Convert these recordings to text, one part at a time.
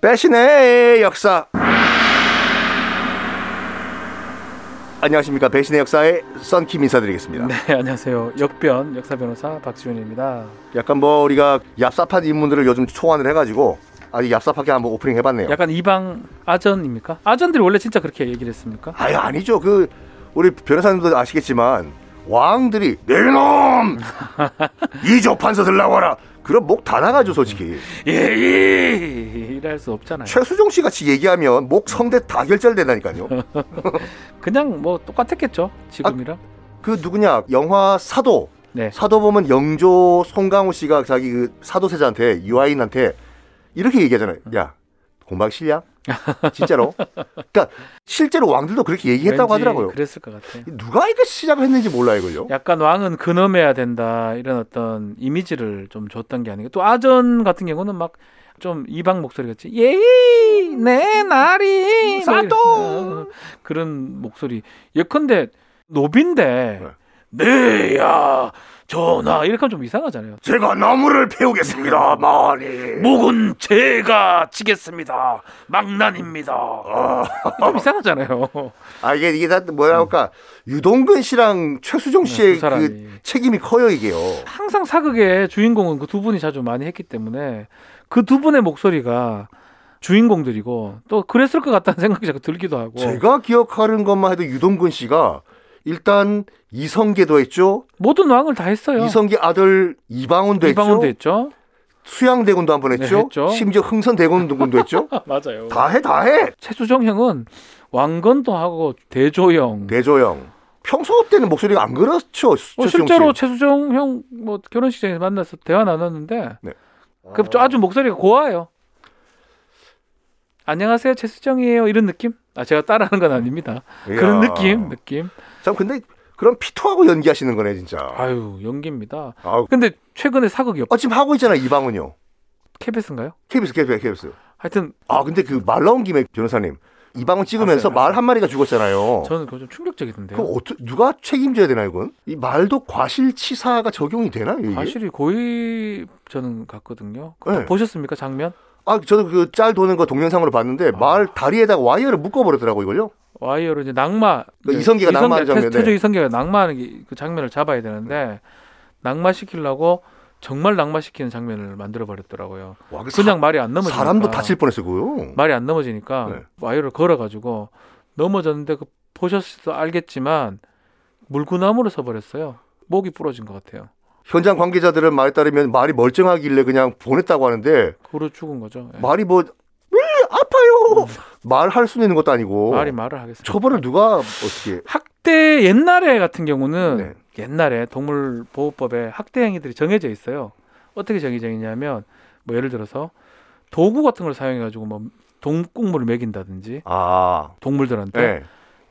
배신의 역사 안녕하십니까 배신의 역사의 썬킴 인사드리겠습니다 네, 안녕하세요. 역변 역사 변호사 박지훈입니다. 약간 뭐 우리가 얍삽한 인물들을 요즘 초안을 해가지고 아주 얍삽하게 한번 오프닝 해봤네요 약간 이방 아전입니까? 아전들이 원래 진짜 그렇게 얘기를 했습니까? 아유 아니죠 그 우리 변호사님도 아시겠지만 왕들이 내놈 이조 판서들 나와라 그럼 목 다 나가죠 솔직히 예, 예, 이럴 수 없잖아요. 최수종 씨 같이 얘기하면 목 성대 다 결절된다니까요 그냥 뭐 똑같았겠죠 지금이랑. 그 누구냐 영화 사도 네, 사도 보면 영조 송강호 씨가 자기 그 사도세자한테 유아인한테 이렇게 얘기하잖아요. 야 공방 실냐? 진짜로? 그러니까 실제로 왕들도 그렇게 얘기했다고 왠지 하더라고요. 그랬을 것 같아. 요 누가 이거 시작을 했는지 몰라 이걸요. 어? 약간 왕은 근엄해야 된다 이런 어떤 이미지를 좀 줬던 게 아니고 또 아전 같은 경우는 막 좀 이방 목소리 같이 예이 내 나리 뭐 이런- 사돈! 어, 그런 목소리 예컨대 노빈데 네야 전하 이렇게 하면 좀 이상하잖아요 제가 나무를 패우겠습니다, 마니. 목은 제가 치겠습니다 망난입니다 좀 이상하잖아요 아 이게 이게 다 뭐라 할까 유동근 씨랑 최수종 씨의 두 그, 사람이. 책임이 커요 이게요. 항상 사극의 주인공은 그 두 분이 자주 많이 했기 때문에 그 두 분의 목소리가 주인공들이고 또 그랬을 것 같다는 생각이 자꾸 들기도 하고 제가 기억하는 것만 해도 유동근 씨가 일단 이성계도 했죠. 모든 왕을 다 했어요. 이성계 아들 이방원도 했죠. 이방원도 했죠. 수양대군도 한 번 했죠. 네, 했죠. 심지어 흥선대군도 했죠. 맞아요. 다 해, 다 해. 최수정 형은 왕건도 하고 대조형. 대조영. 평소 때는 목소리가 안 그렇죠. 어, 네, 최수종 실제로 씨. 최수정 형 뭐 결혼식장에서 만나서 대화 나눴는데 네. 그 아주 목소리가 고와요. 안녕하세요 최수정이에요 이런 느낌? 아 제가 따라하는 건 아닙니다. 이야. 그런 느낌 느낌. 참 근데 그럼 피토하고 연기하시는 거네 진짜. 아유 연기입니다. 아, 근데 최근에 사극이 없 어, 지금 하고 있잖아 이방은요. KBS인가요? KBS, KBS, KBS. 하여튼 아 근데 그 말 나온 김에 변호사님 이방은 찍으면서 알았어요, 말 한 마리가 죽었잖아요. 저는 네. 그거 좀 충격적이던데요. 어. 그럼 어떠, 누가 책임져야 되나 이건? 이 말도 과실치사가 적용이 되나요? 이게? 과실이 거의 저는 같거든요. 그거 네. 보셨습니까 장면? 아 저도 그 짤 도는 거 동영상으로 아. 봤는데 말 다리에다가 와이어를 묶어버렸더라고 이걸요. 와이어로 이제 낙마 그 이성계가 낙마하는 네. 장면, 테스트 네. 이성계가 낙마하는 게- 그 장면을 잡아야 되는데 낙마 시키려고 정말 낙마 시키는 장면을 만들어 버렸더라고요. 와, 그 그냥 말이 안 넘어지니까 사람도 다칠 뻔했어요. 그거. 말이 안 넘어지니까 네. 와이어를 걸어가지고 넘어졌는데 그 보셨어도 알겠지만 물구나무로 서버렸어요. 목이 부러진 것 같아요. 현장 관계자들은 말에 따르면 말이 멀쩡하길래 그냥 보냈다고 하는데 그로 죽은 거죠. 예. 말이 뭐 으, 아파요 말할 수 있는 것도 아니고 음. 말이 말을 하겠습니다. 처벌을 누가 어떻게 학대 옛날에 같은 경우는 네. 옛날에 동물보호법에 학대 행위들이 정해져 있어요. 어떻게 정해져 있냐면 뭐 예를 들어서 도구 같은 걸 사용해 가지고 뭐 동국물을 먹인다든지 아 동물들한테 네.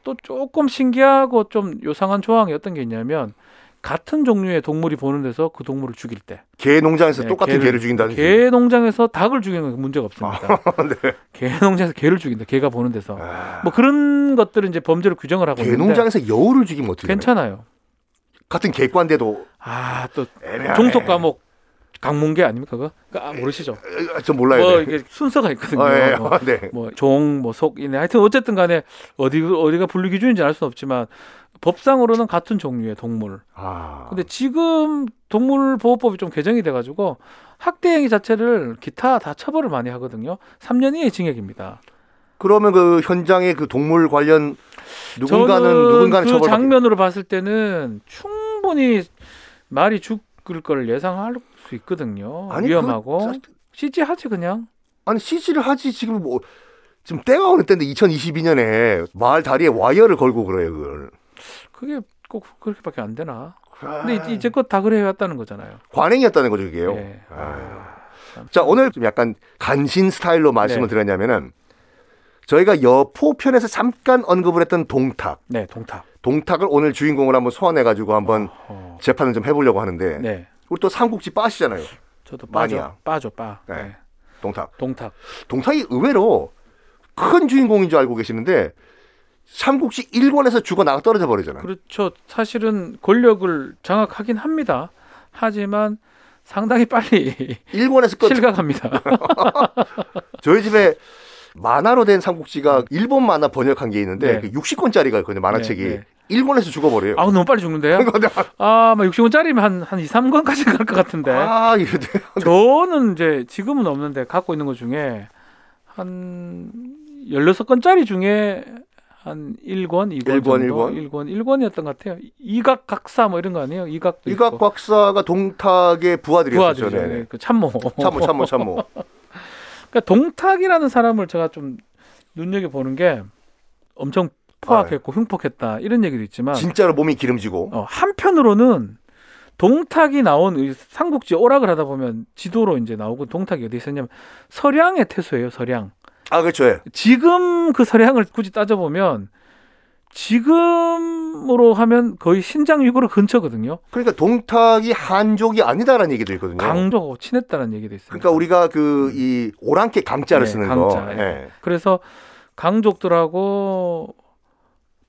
또 조금 신기하고 좀 요상한 조항이 어떤 게 있냐면 같은 종류의 동물이 보는 데서 그 동물을 죽일 때 개 농장에서 네, 똑같은 개를- 개를 죽인다든지 개 농장에서 닭을 죽이는 건 문제가 없습니다. 개 농장에서 개를 죽인다. 개가 보는 데서 네. 아, 뭐 그런 것들을 이제 범죄로 규정을 하고 개 있는데 농장에서 여우를 죽이면 어떻게 되나요? 괜찮아요. 같은 개과인데도 아또 애매하네. 종속 과목 강문계 아닙니까 그거? 아, 모르시죠? 아, 저 몰라요 뭐 네. 이게 순서가 있거든요. 아, 예, 뭐, 아, 네. 뭐 종, 뭐 속이네. 하여튼 어쨌든 간에 어디 어디가 분류 기준인지 알 수는 없지만 법상으로는 같은 종류의 동물. 아, 근데 지금 동물 보호법이 좀 개정이 돼 가지고 학대 행위 자체를 기타 다 처벌을 많이 하거든요. 3년 이하의 징역입니다. 그러면 그 현장에 그 동물 관련 누군가는 저는 누군가는 그 처벌 장면으로 봤을 때는 충분히 말이 죽을 걸 예상할 수 있거든요. 아니, 위험하고 그거 진짜- CG 하지 그냥. 아니 CG를 하지 지금 뭐 지금 때가 어느 때인데 2022년에 말 다리에 와이어를 걸고 그래요 그걸. 그게 꼭 그렇게밖에 안 되나? 근데 이제 껏 다 그래 왔다는 거잖아요. 관행이었다는 거죠 그게요. 예. 아. 자 오늘 좀 약간 간신 스타일로 말씀을 네. 드렸냐면은 저희가 여포 편에서 잠깐 언급을 했던 동탁, 네, 동탁. 동탁을 오늘 주인공을 한번 소환해 가지고 한번 어. 재판을 좀 해보려고 하는데 네. 우리 또 삼국지 빠시잖아요. 저도 빠져. 마니아. 빠져 빠. 네. 네. 동탁. 동탁. 동탁이 의외로 큰 주인공인 줄 알고 계시는데 삼국지 1권에서 죽어 나가 떨어져 버리잖아. 그렇죠. 사실은 권력을 장악하긴 합니다. 하지만 상당히 빨리 일본에서 끝. 실감합니다. 저희 집에 만화로 된 삼국지가 일본 만화 번역한 게 있는데 음. 네. 그 60권짜리가 있거든요. 만화책이. 네, 네. 일본에서 죽어버려요. 아 너무 빨리 죽는데요? 그러니까 아, 막 60원짜리면 한, 한 2, 3권까지 갈 것 같은데. 아, 이거 돼. 저는 이제 지금은 없는데 갖고 있는 것 중에 한 16건짜리 중에 한 1권, 2권 일권, 정도? 일권? 1권, 1권이었던 것 같아요. 이각 각사 뭐 이런 거 아니에요? 이각도 이각 있고. 곽사가 동탁의 부하들이었죠. 네. 부하들이죠. 네. 네, 네. 그 참모. 참모, 참모, 참모. 그러니까 동탁이라는 사람을 제가 좀 눈여겨 보는 게 엄청 포악했고 흉폭했다 이런 얘기도 있지만 아. 진짜로 몸이 기름지고. 어, 한편으로는 동탁이 나온 이 삼국지 오락을 하다 보면 지도로 이제 나오고 동탁이 어디 있었냐면 서량의 태소예요. 서량. 아, 그렇죠. 예. 지금 그 서량을 굳이 따져보면 지금으로 하면 거의 신장유구로 근처거든요. 그러니까 동탁이 한족이 아니다라는 얘기도 있거든요. 강조하고 친했다는 얘기도 있어요. 네. 그러니까 우리가 그 이 오랑캐 강자를 네, 쓰는 거. 강자, 예. 예. 그래서 강족들하고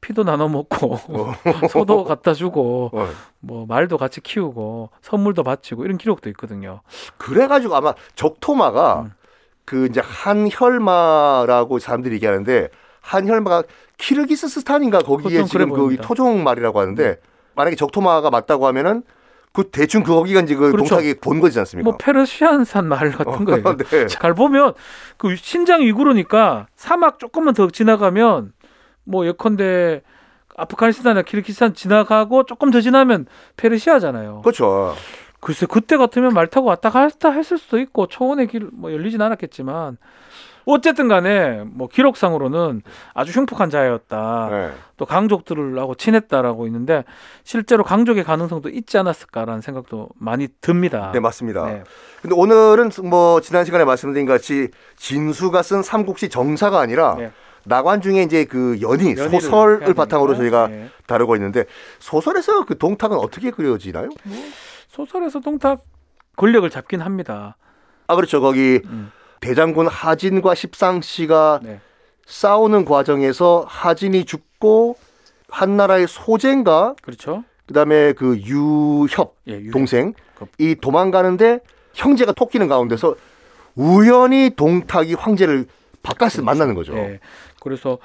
피도 나눠 먹고 소도 갖다 주고 어. 뭐 말도 같이 키우고 선물도 바치고 이런 기록도 있거든요. 그래가지고 아마 적토마가 음. 그 이제 한혈마라고 사람들이 얘기하는데 한혈마가 키르기스스탄인가 거기에 보통 그래 지금 그 보입니다. 네. 토종 말이라고 하는데 만약에 적토마가 맞다고 하면은 그 대충 그 거기가 이제 그 그렇죠. 동탁이 본 거지 않습니까? 뭐 페르시안산 말 같은 거예요. 네. 잘 보면 그 신장 위구르니까 사막 조금만 더 지나가면 뭐 예컨대 아프가니스탄이나 키르기스탄 지나가고 조금 더 지나면 페르시아잖아요. 그렇죠. 글쎄 그때 같으면 말 타고 왔다 갔다 했을 수도 있고 초원의 길 뭐 열리진 않았겠지만 어쨌든 간에 뭐 기록상으로는 아주 흉폭한 자였다. 네. 또 강족들하고 친했다라고 있는데 실제로 강족의 가능성도 있지 않았을까라는 생각도 많이 듭니다. 네, 맞습니다. 네. 근데 오늘은 뭐 지난 시간에 말씀드린 것 같이 진수가 쓴 삼국시 정사가 아니라 네. 나관중에 이제 그 연희, 연희를 해야 소설을 되니까. 바탕으로 저희가 네. 다루고 있는데 소설에서 그 동탁은 어떻게 그려지나요? 소설에서 동탁 권력을 잡긴 합니다. 아 그렇죠 거기 음. 대장군 하진과 십상 씨가 네. 싸우는 과정에서 하진이 죽고 한나라의 소재인가 그렇죠. 그다음에 그 유협 예, 유- 동생 그- 이 도망가는데 형제가 토끼는 가운데서 우연히 동탁이 황제를 바깥에서 만나는 거죠. 예. 그래서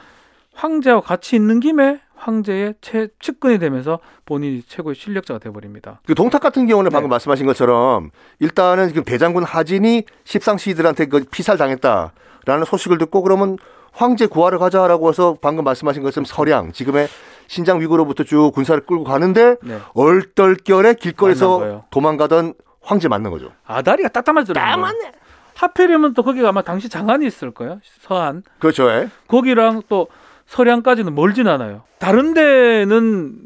황제와 같이 있는 김에 황제의 최, 측근이 되면서 본인이 최고의 실력자가 돼 버립니다. 그 동탁 같은 경우는 방금 네. 말씀하신 것처럼 일단은 지금 대장군 하진이 십상시들한테 그 피살 당했다라는 소식을 듣고 그러면 황제 구하러 가자라고 해서 방금 말씀하신 것처럼 서량 지금의 신장 위구로부터 쭉 군사를 끌고 가는데 네. 얼떨결에 만난 길거리에서 거예요. 도망가던 황제 만난 거죠. 아다리가 딱딱맞더라고요. 하필이면 또 거기 아마 당시 장안이 있을 거예요. 서안. 그렇죠. 예. 거기랑 또 서량까지는 멀진 않아요. 다른 데는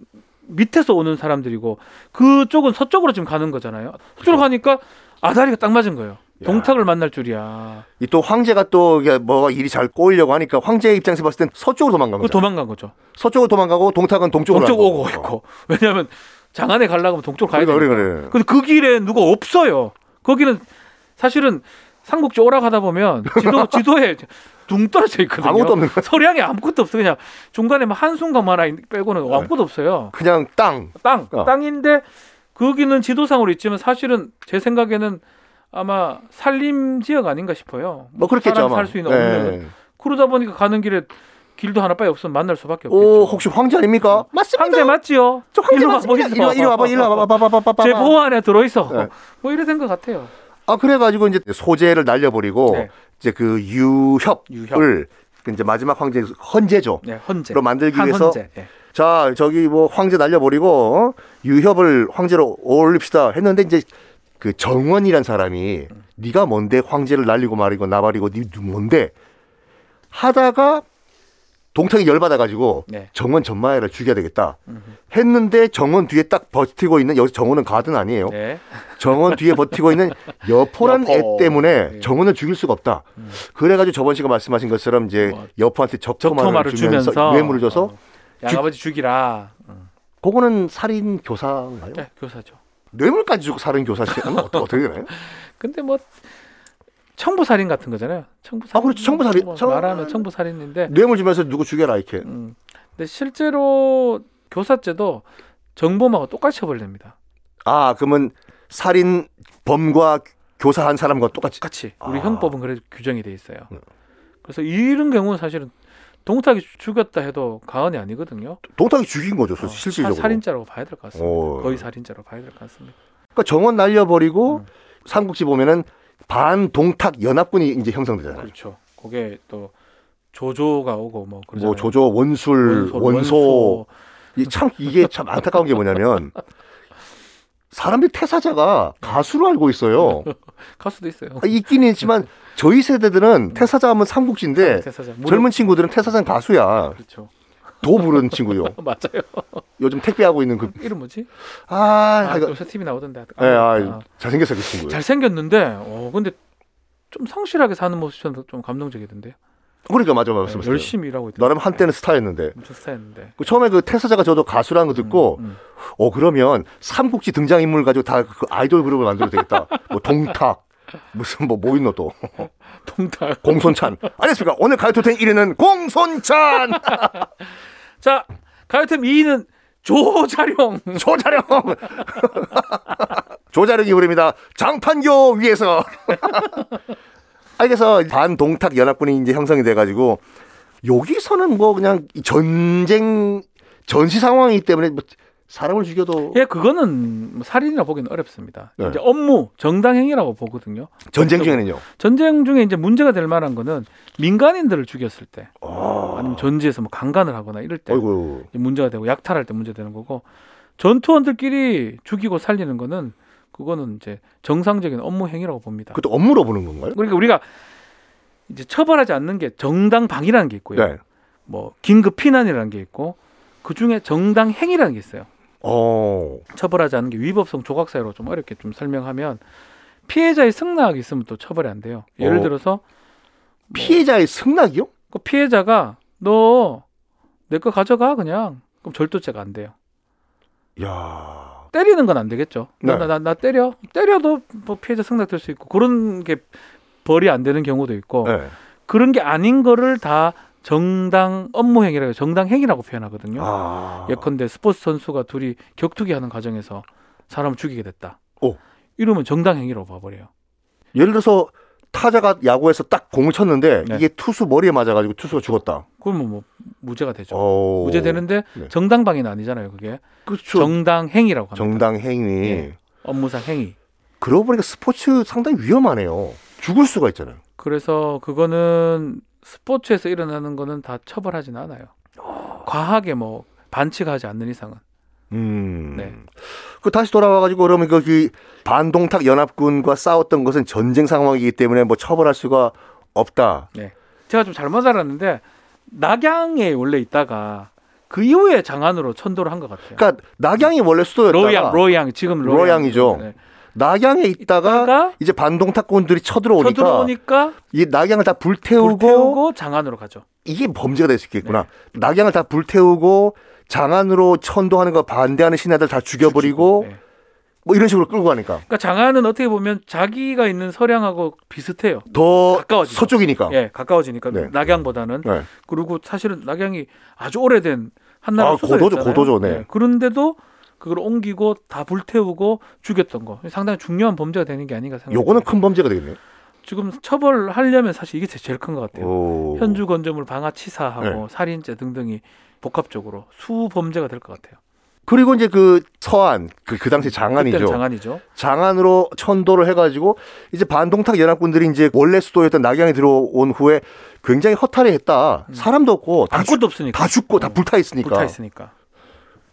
밑에서 오는 사람들이고 그쪽은 서쪽으로 지금 가는 거잖아요. 그렇죠. 서쪽으로 가니까 아다리가 딱 맞은 거예요. 야. 동탁을 만날 줄이야. 이 또 황제가 또 이게 뭐가 일이 잘 꼬이려고 하니까 황제의 입장에서 봤을 땐 서쪽으로 도망간 그 거죠. 도망간 거죠. 서쪽으로 도망가고 동탁은 동쪽으로 동쪽 가고. 오고 있고. 왜냐하면 장안에 가려고 하면 동쪽으로 가야 그래 돼요. 그러니까 그래 그래. 근데 그 길에 누가 없어요. 거기는 사실은 삼국지 오락하다 보면 지도 지도에 둥 떨어져 있거든요. 아무것도 없는 거야. 서량이 아무것도 없어 그냥 중간에 뭐 한 순간 하나 있- 빼고는 네. 아무것도 없어요. 그냥 땅. 땅 어. 땅인데 거기는 지도상으로 있지만 사실은 제 생각에는 아마 산림 지역 아닌가 싶어요. 뭐 그렇겠죠 사람 아마. 살 수 있는 없는. 예. 그러다 보니까 가는 길에 길도 하나밖에 없으면 만날 수밖에 없겠죠. 오 혹시 황제 아닙니까? 황제 맞지요? 저 황제 이리 와, 맞습니다. 보이소. 이리 와 이리 와봐 이리 와봐 봐봐 봐봐 봐봐. 제 보호 안에 들어있어. 네. 뭐 이래 된것 같아요. 아 그래가지고 이제 소재를 날려버리고 네. 이제 그 유협을 유협. 그 이제 마지막 황제 헌제죠. 네, 헌재. 로 만들기 한 위해서 헌재. 네. 자 저기 뭐 황제 날려버리고 어? 유협을 황제로 올립시다 했는데 이제 그 정원이란 사람이 네가 뭔데 황제를 날리고 말이고 나발이고 네 뭔데 하다가 동탁이 열받아가지고 네. 정원 전마해를 죽여야 되겠다 했는데 정원 뒤에 딱 버티고 있는 여기서 정원은 가든 아니에요 네. 정원 뒤에 버티고 있는 여포란 애 여포. 때문에 네. 음. 정원을 죽일 수가 없다. 그래가지고 저번 시간 말씀하신 것처럼 이제 뭐, 여포한테 적토마를 적토마를 주면서, 주면서 뇌물을 줘서 어, 야, 아버지 죽이라. 그거는 살인 교사인가요? 네, 교사죠. 뇌물까지 주고 살인 교사시면 어떻게, 어떻게 되나요? 근데 뭐 청부살인 같은 거잖아요. 청부살인. 아, 그렇죠. 청부살인. 네. 뭐 청- 말하면 청부살인인데. 뇌물 주면서 누구 죽여라 이렇게. 음. 근데 실제로 교사죄도 정범하고 똑같이 처벌됩니다. 아 그러면 살인 범과 교사한 사람과 똑같이. 같이 우리 아. 형법은 그래도 규정이 돼 있어요. 음. 그래서 이런 경우는 사실은 동탁이 죽였다 해도 가언이 아니거든요. 동탁이 죽인 거죠, 어, 어, 실질적으로. 어. 사- 살인자라고 봐야 될 것 같습니다. 오. 거의 살인자라고 봐야 될 것 같습니다. 그러니까 정원 날려버리고 음. 삼국지 보면은 반동탁 연합군이 이제 형성되잖아요. 그렇죠. 그게 또 조조가 오고 뭐 그러잖아요. 뭐 조조 원술 원소, 원소, 원소. 이게 참 이게 참 안타까운 게 뭐냐면 사람들이 태사자가 가수로 알고 네. 있어요. 가수도 있어요. 아, 있긴 있지만 저희 세대들은 태사자 하면 삼국지인데 대사자 네. 젊은 친구들은 태사자는 가수야. 그렇죠. 도 부르는 친구요. 맞아요. 요즘 택배하고 있는 그 이름 뭐지? 아, 아, 아, 이거- 요새 TV 나오던데. 아, 예, 아, 아, 잘생겼어 그 친구. 잘 생겼는데, 어 근데 좀 성실하게 사는 모습이 좀- 좀 감동적이던데요. 그러니까 맞아 맞아. 맞아. 열심히 일하고 있다. 나름 한때는 스타였는데 엄청 스타였는데. 그 처음에 그 태사자가 저도 가수라는 거 듣고 음, 음. 어 그러면 삼국지 등장 인물 가지고 다 그 아이돌 그룹을 만들어도 되겠다. 뭐 동탁 무슨 뭐 뭐 있노 또 동탁. 공손찬 안녕하십니까 오늘 가요톱텐 1위는 공손찬 자, 가요템 2위는 조자룡. 조자룡 조자룡이 부릅니다 장판교 위에서 아 그래서 반동탁 연합군이 이제 형성이 돼가지고 여기서는 뭐 그냥 이 전쟁 전시 상황이기 때문에 뭐 사람을 죽여도 예, 그거는 뭐 살인이라 보기는 어렵습니다. 네. 이제 업무, 정당행위라고 보거든요. 전쟁 중에는요 전쟁 중에 이제 문제가 될 만한 거는 민간인들을 죽였을 때, 아, 아니면 전지에서 뭐 강간을 하거나 이럴 때 어이구 문제가 되고 약탈할 때 문제되는 거고 전투원들끼리 죽이고 살리는 거는 그거는 이제 정상적인 업무 행위라고 봅니다. 그것도 업무로 보는 건가요? 그러니까 우리가 이제 처벌하지 않는 게 정당방위라는 게 있고요. 네. 뭐 긴급 피난이라는 게 있고 그 중에 정당 행위라는 게 있어요. 어. 처벌하지 않는 게 위법성 조각사유로 좀 어렵게 좀 설명하면 피해자의 승낙이 있으면 또 처벌이 안 돼요. 예를 어. 들어서 피해자의 승낙이요? 그 피해자가 너 내 거 가져가 그냥 그럼 절도죄가 안 돼요. 야. 때리는 건 안 되겠죠. 네. 나, 나, 나 때려 때려도 뭐 피해자 승낙될 수 있고 그런 게 벌이 안 되는 경우도 있고 네. 그런 게 아닌 거를 다 정당 업무 행위라고 정당 행위라고 표현하거든요. 아. 예컨대 그 스포츠 선수가 둘이 격투기 하는 과정에서 사람을 죽이게 됐다. 오. 이러면 정당 행위로 봐버려요. 예를 들어서 타자가 야구에서 딱 공을 쳤는데 네. 이게 투수 머리에 맞아가지고 투수가 죽었다. 그러면 뭐 무죄가 되죠. 어. 무죄되는데 네. 정당 방해는 아니잖아요. 그게 그렇죠. 정당 행위라고 합니다. 정당 행위. 예. 업무상 행위. 그러고 보니까 스포츠 상당히 위험하네요. 죽을 수가 있잖아요. 그래서 그거는 스포츠에서 일어나는 거는 다 처벌하진 않아요. 과하게 뭐 반칙하지 않는 이상은. 음. 네. 그 다시 돌아와가지고 그러면 거기 반동탁 연합군과 싸웠던 것은 전쟁 상황이기 때문에 뭐 처벌할 수가 없다. 제가 좀 잘못 알았는데 낙양에 원래 있다가 그 이후에 장안으로 천도를 한 것 같아요. 그러니까 낙양이 원래 수도였다가 로양, 로양 지금 로양. 로양이죠. 네. 낙양에 있다가 있다가 이제 반동탁군들이 쳐들어오니까 쳐들어오니까 이 낙양을 다 불태우고, 네. 불태우고 장안으로 가죠. 이게 범죄가 될 수 있겠구나. 낙양을 다 불태우고 장안으로 천도하는 거 반대하는 신하들 다 죽여버리고 네. 뭐 이런 식으로 끌고 가니까 그러니까 장안은 어떻게 보면 자기가 있는 서량하고 비슷해요. 더 가까워지죠. 서쪽이니까. 예, 가까워지니까 아. 네. 낙양보다는 네. 그리고 사실은 낙양이 아주 오래된 한나라 아, 고도죠, 고도죠, 네. 그런데도 그걸 옮기고 다 불태우고 죽였던 거 상당히 중요한 범죄가 되는 게 아닌가 생각해요. 요거는 그 큰 범죄가 되겠네요. 지금 처벌하려면 사실 이게 제일 큰 것 같아요. 오. 예. 네. 현주 건조물 방아 치사하고 살인죄 등등이 복합적으로 수 범죄가 될 것 같아요. 그리고 이제 그 서안 그, 그 당시 장안이죠. 그때는 장안이죠. 장안으로 천도를 해가지고 이제 반동탁 연합군들이 이제 원래 수도였던 낙양에 들어온 후에 굉장히 허탈해했다. 사람도 없고 다, 죽, 아무것도 없으니까 다 죽고 다 불타 있으니까. 음. 불타 있으니까.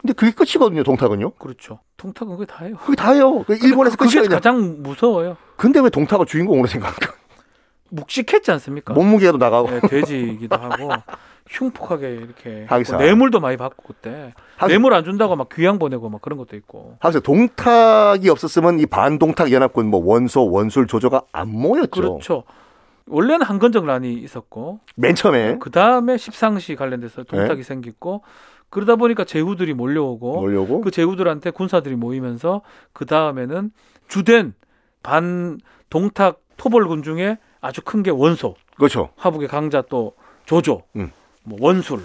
근데 그게 끝이거든요. 동탁은요. 그렇죠. 동탁은 그게 다예요. 그게 다예요. 그 일본에서 그게 끝이거든요. 가장 무서워요. 근데 왜 동탁을 주인공으로 생각할까? 묵직했지 않습니까? 몸무게도 나가고 네, 돼지이기도 하고 흉폭하게 이렇게 하기사. 했고, 뇌물도 많이 받고 그때 하기- 뇌물 안 준다고 막 귀양 보내고 막 그런 것도 있고 하면서 동탁이 없었으면 이 반동탁 연합군 뭐 원소 원술 조조가 안 모였죠. 그렇죠. 원래는 한건정란이 있었고 맨 처음에 그 다음에 십상시 관련돼서 네. 동탁이 생기고 그러다 보니까 제후들이 몰려오고 몰려고 그 제후들한테 군사들이 모이면서 그 다음에는 주된 반 동탁 토벌군 중에 아주 큰 게 원소 그렇죠. 화북의 강자 또 조조 음. 뭐 원술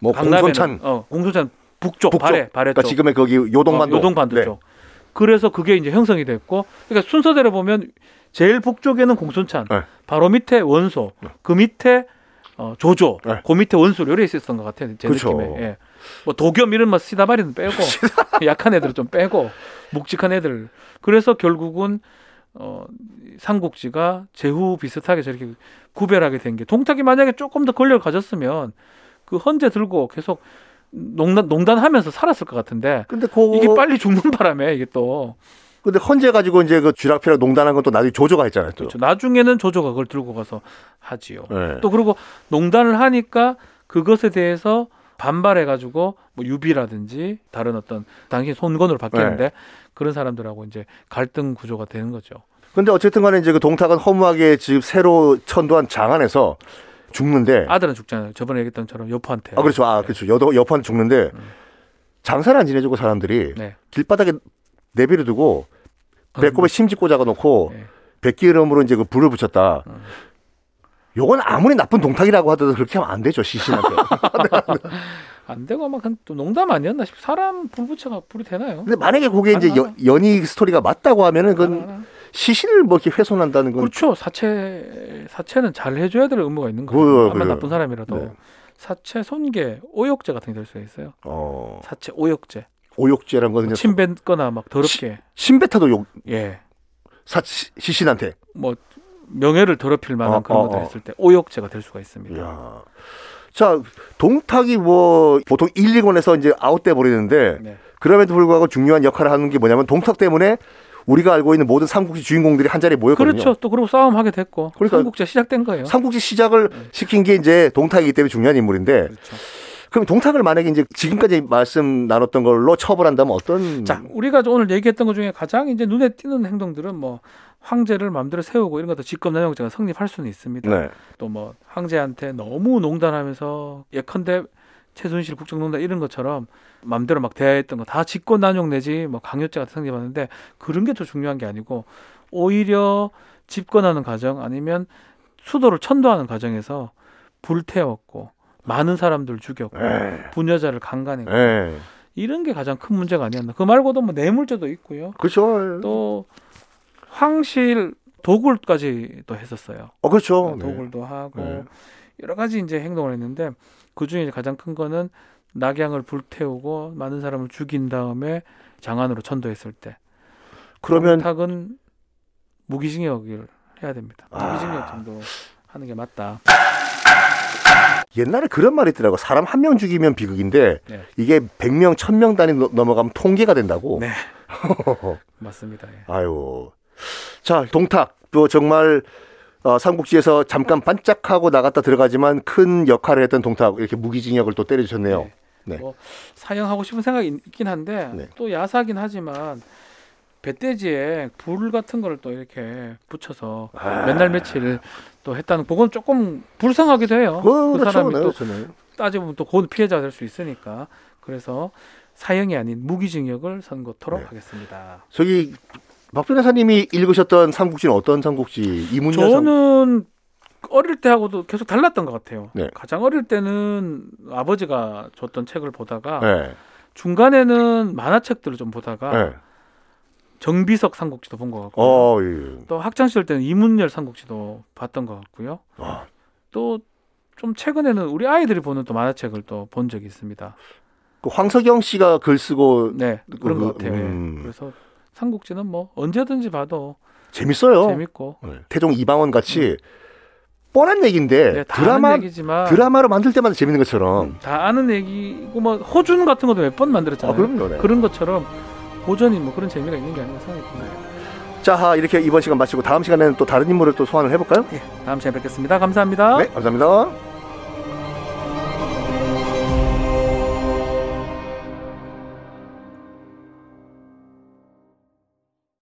뭐 강남에는, 공손찬 어, 공손찬 북쪽, 북쪽. 발해 발해 그러니까 쪽 지금의 거기 요동반도 어, 요동반도 네. 쪽 그래서 그게 이제 형성이 됐고 그러니까 순서대로 보면 제일 북쪽에는 공손찬, 네. 바로 밑에 원소, 그 밑에 어, 조조, 네. 그 밑에 원수 요래 있었던 것 같아요. 제 그쵸. 느낌에. 예. 뭐 도겸 이런 막 시다바리는 빼고 약한 애들을 좀 빼고 묵직한 애들. 그래서 결국은 어, 삼국지가 제후 비슷하게 저렇게 구별하게 된 게 동탁이 만약에 조금 더 권력을 가졌으면 그 헌재 들고 계속 농단 농단하면서 살았을 것 같은데 근데 그 이게 빨리 죽는 바람에 이게 또 근데 헌재 가지고 이제 그 쥐락펴락 농단한 건 또 나중에 조조가 했잖아요. 또. 그렇죠. 나중에는 조조가 그걸 들고 가서 하지요. 예. 또 그리고 농단을 하니까 그것에 대해서 반발해 가지고 뭐 유비라든지 다른 어떤 당시 손건으로 바뀌는데 네. 그런 사람들하고 이제 갈등 구조가 되는 거죠. 근데 어쨌든 간에 이제 그 동탁은 허무하게 지금 새로 천도한 장안에서 죽는데 아, 아들은 네. 죽잖아요. 저번에 얘기했던 처럼 여포한테. 그렇죠. 아, 그렇죠. 여도 옆한 죽는데 장사를 안 지내주고 사람들이 음. 네. 길바닥에 내비를 두고 배꼽에 심지 꽂아가 놓고 네. 백기름으로 이제 그 불을 붙였다. 음. 요건 아무리 나쁜 동탁이라고 하더라도 그렇게 하면 안 되죠 시신한테. 안 되고 막 그냥 또 농담 아니었나 싶어. 사람 불 붙여가 불이 되나요? 근데 만약에 그게 이제 여- 연희 스토리가 맞다고 하면은 그건 아, 시신을 뭐 이렇게 훼손한다는 건 그렇죠. 사체 사체는 잘 해줘야 될 의무가 있는 그래요, 거예요. 아무리 그래요. 나쁜 사람이라도 네. 사체 손괴, 오욕죄 같은 게 될 수 있어요. 어, 사체 오욕죄, 뭐 오욕죄라는 건 그냥 침 뱉거나 막 더럽게, 신베타도 욕 예, 사, 시- 시신한테. 뭐 명예를 더럽힐 만한 어, 그런 어, 것들 어. 했을 때 오욕죄가 될 수가 있습니다. 야. 자, 동탁이 뭐 보통 1, 2권에서 이제 아웃돼 버리는데 네. 그럼에도 불구하고 중요한 역할을 하는 게 뭐냐면 동탁 때문에 우리가 알고 있는 모든 삼국지 주인공들이 한 자리에 모였거든요. 그렇죠. 또 그러고 싸움하게 됐고 그러니까- 삼국제 시작된 거예요. 삼국지 시작을 네. 시킨 게 이제 동탁이기 때문에 중요한 인물인데 그렇죠. 그럼 동탁을 만약에 이제 지금까지 말씀 나눴던 걸로 처벌한다면 어떤 자, 우리가 오늘 얘기했던 것 중에 가장 이제 눈에 띄는 행동들은 뭐 황제를 마음대로 세우고 이런 것도 직권남용죄가 성립할 수는 있습니다. 네. 또 뭐 황제한테 너무 농단하면서 예컨대 최순실 국정농단 이런 것처럼 맘대로 막 대했던 거 다 직권남용 내지 뭐 강요죄 같은 성립하는데 그런 게 더 중요한 게 아니고 오히려 집권하는 과정 아니면 수도를 천도하는 과정에서 불태웠고 많은 사람들 죽였고 에. 부녀자를 강간했고 예. 이런 게 가장 큰 문제가 아니었나 그 말고도 뭐 뇌물죄도 있고요 그렇죠. 또 황실 도굴까지 또 했었어요 어, 그렇죠. 네. 도굴도 하고 네. 여러 가지 이제 행동을 했는데 그 중에 가장 큰 거는 낙양을 불태우고 많은 사람을 죽인 다음에 장안으로 천도했을 때 그러면 탁은 무기징역을 해야 됩니다. 아. 무기징역 정도 하는 게 맞다. 옛날에 그런 말이 있더라고. 사람 한 명 죽이면 비극인데 네. 이게 100명, 1000명 단위 넘- 넘어가면 통계가 된다고. 네. 맞습니다. 예. 아유. 자, 동탁. 또 정말 어, 삼국지에서 잠깐 반짝하고 나갔다 들어가지만 큰 역할을 했던 동탁. 이렇게 무기징역을 또 때려주셨네요. 네. 네. 뭐 사형하고 싶은 생각이 있- 있긴 한데 네. 또 야사긴 하지만 배돼지에 불 같은 거를 또 이렇게 붙여서 아. 네. 맨날 며칠 또 했다는 그건 조금 불쌍하기도 해요. 그, 그 그렇죠. 사람이 네, 또 그렇잖아요. 따지면 또 곧 피해자 될 수 있으니까 그래서 사형이 아닌 무기징역을 선고토록 네. 하겠습니다. 저기 박 변호사님이 읽으셨던 삼국지는 어떤 삼국지? 이문열 삼 저는 어릴 때하고도 계속 달랐던 것 같아요. 네. 가장 어릴 때는 아버지가 줬던 책을 보다가 네. 중간에는 만화책들을 좀 보다가 네. 정비석 삼국지도 본 것 같고 어, 예. 또 학창 시절 때는 이문열 삼국지도 봤던 것 같고요. 아, 또 좀 최근에는 우리 아이들이 보는 또 만화책을 또 본 적이 있습니다. 그 황석영 씨가 글 쓰고 네 그런 그, 것 같아요. 예. 음. 그래서 삼국지는 뭐 언제든지 봐도 재밌어요. 예. 재밌고 태종 이방원 같이 뻔한 얘기인데 네, 다 드라마 아는 음. 얘기지만 드라마로 만들 때마다 재밌는 것처럼. 다 아는 얘기고 뭐 허준 같은 것도 몇 번 아, 만들었잖아요. 그럼요. 네. 그런 것처럼 고전이 뭐 그런 재미가 있는 게 아닌가 생각이 듭니다. 예. 자, 이렇게 이번 시간 마치고 다음 시간에는 또 다른 인물을 또 소환을 해볼까요? 예, 다음 시간에 뵙겠습니다. 감사합니다. 네, 감사합니다.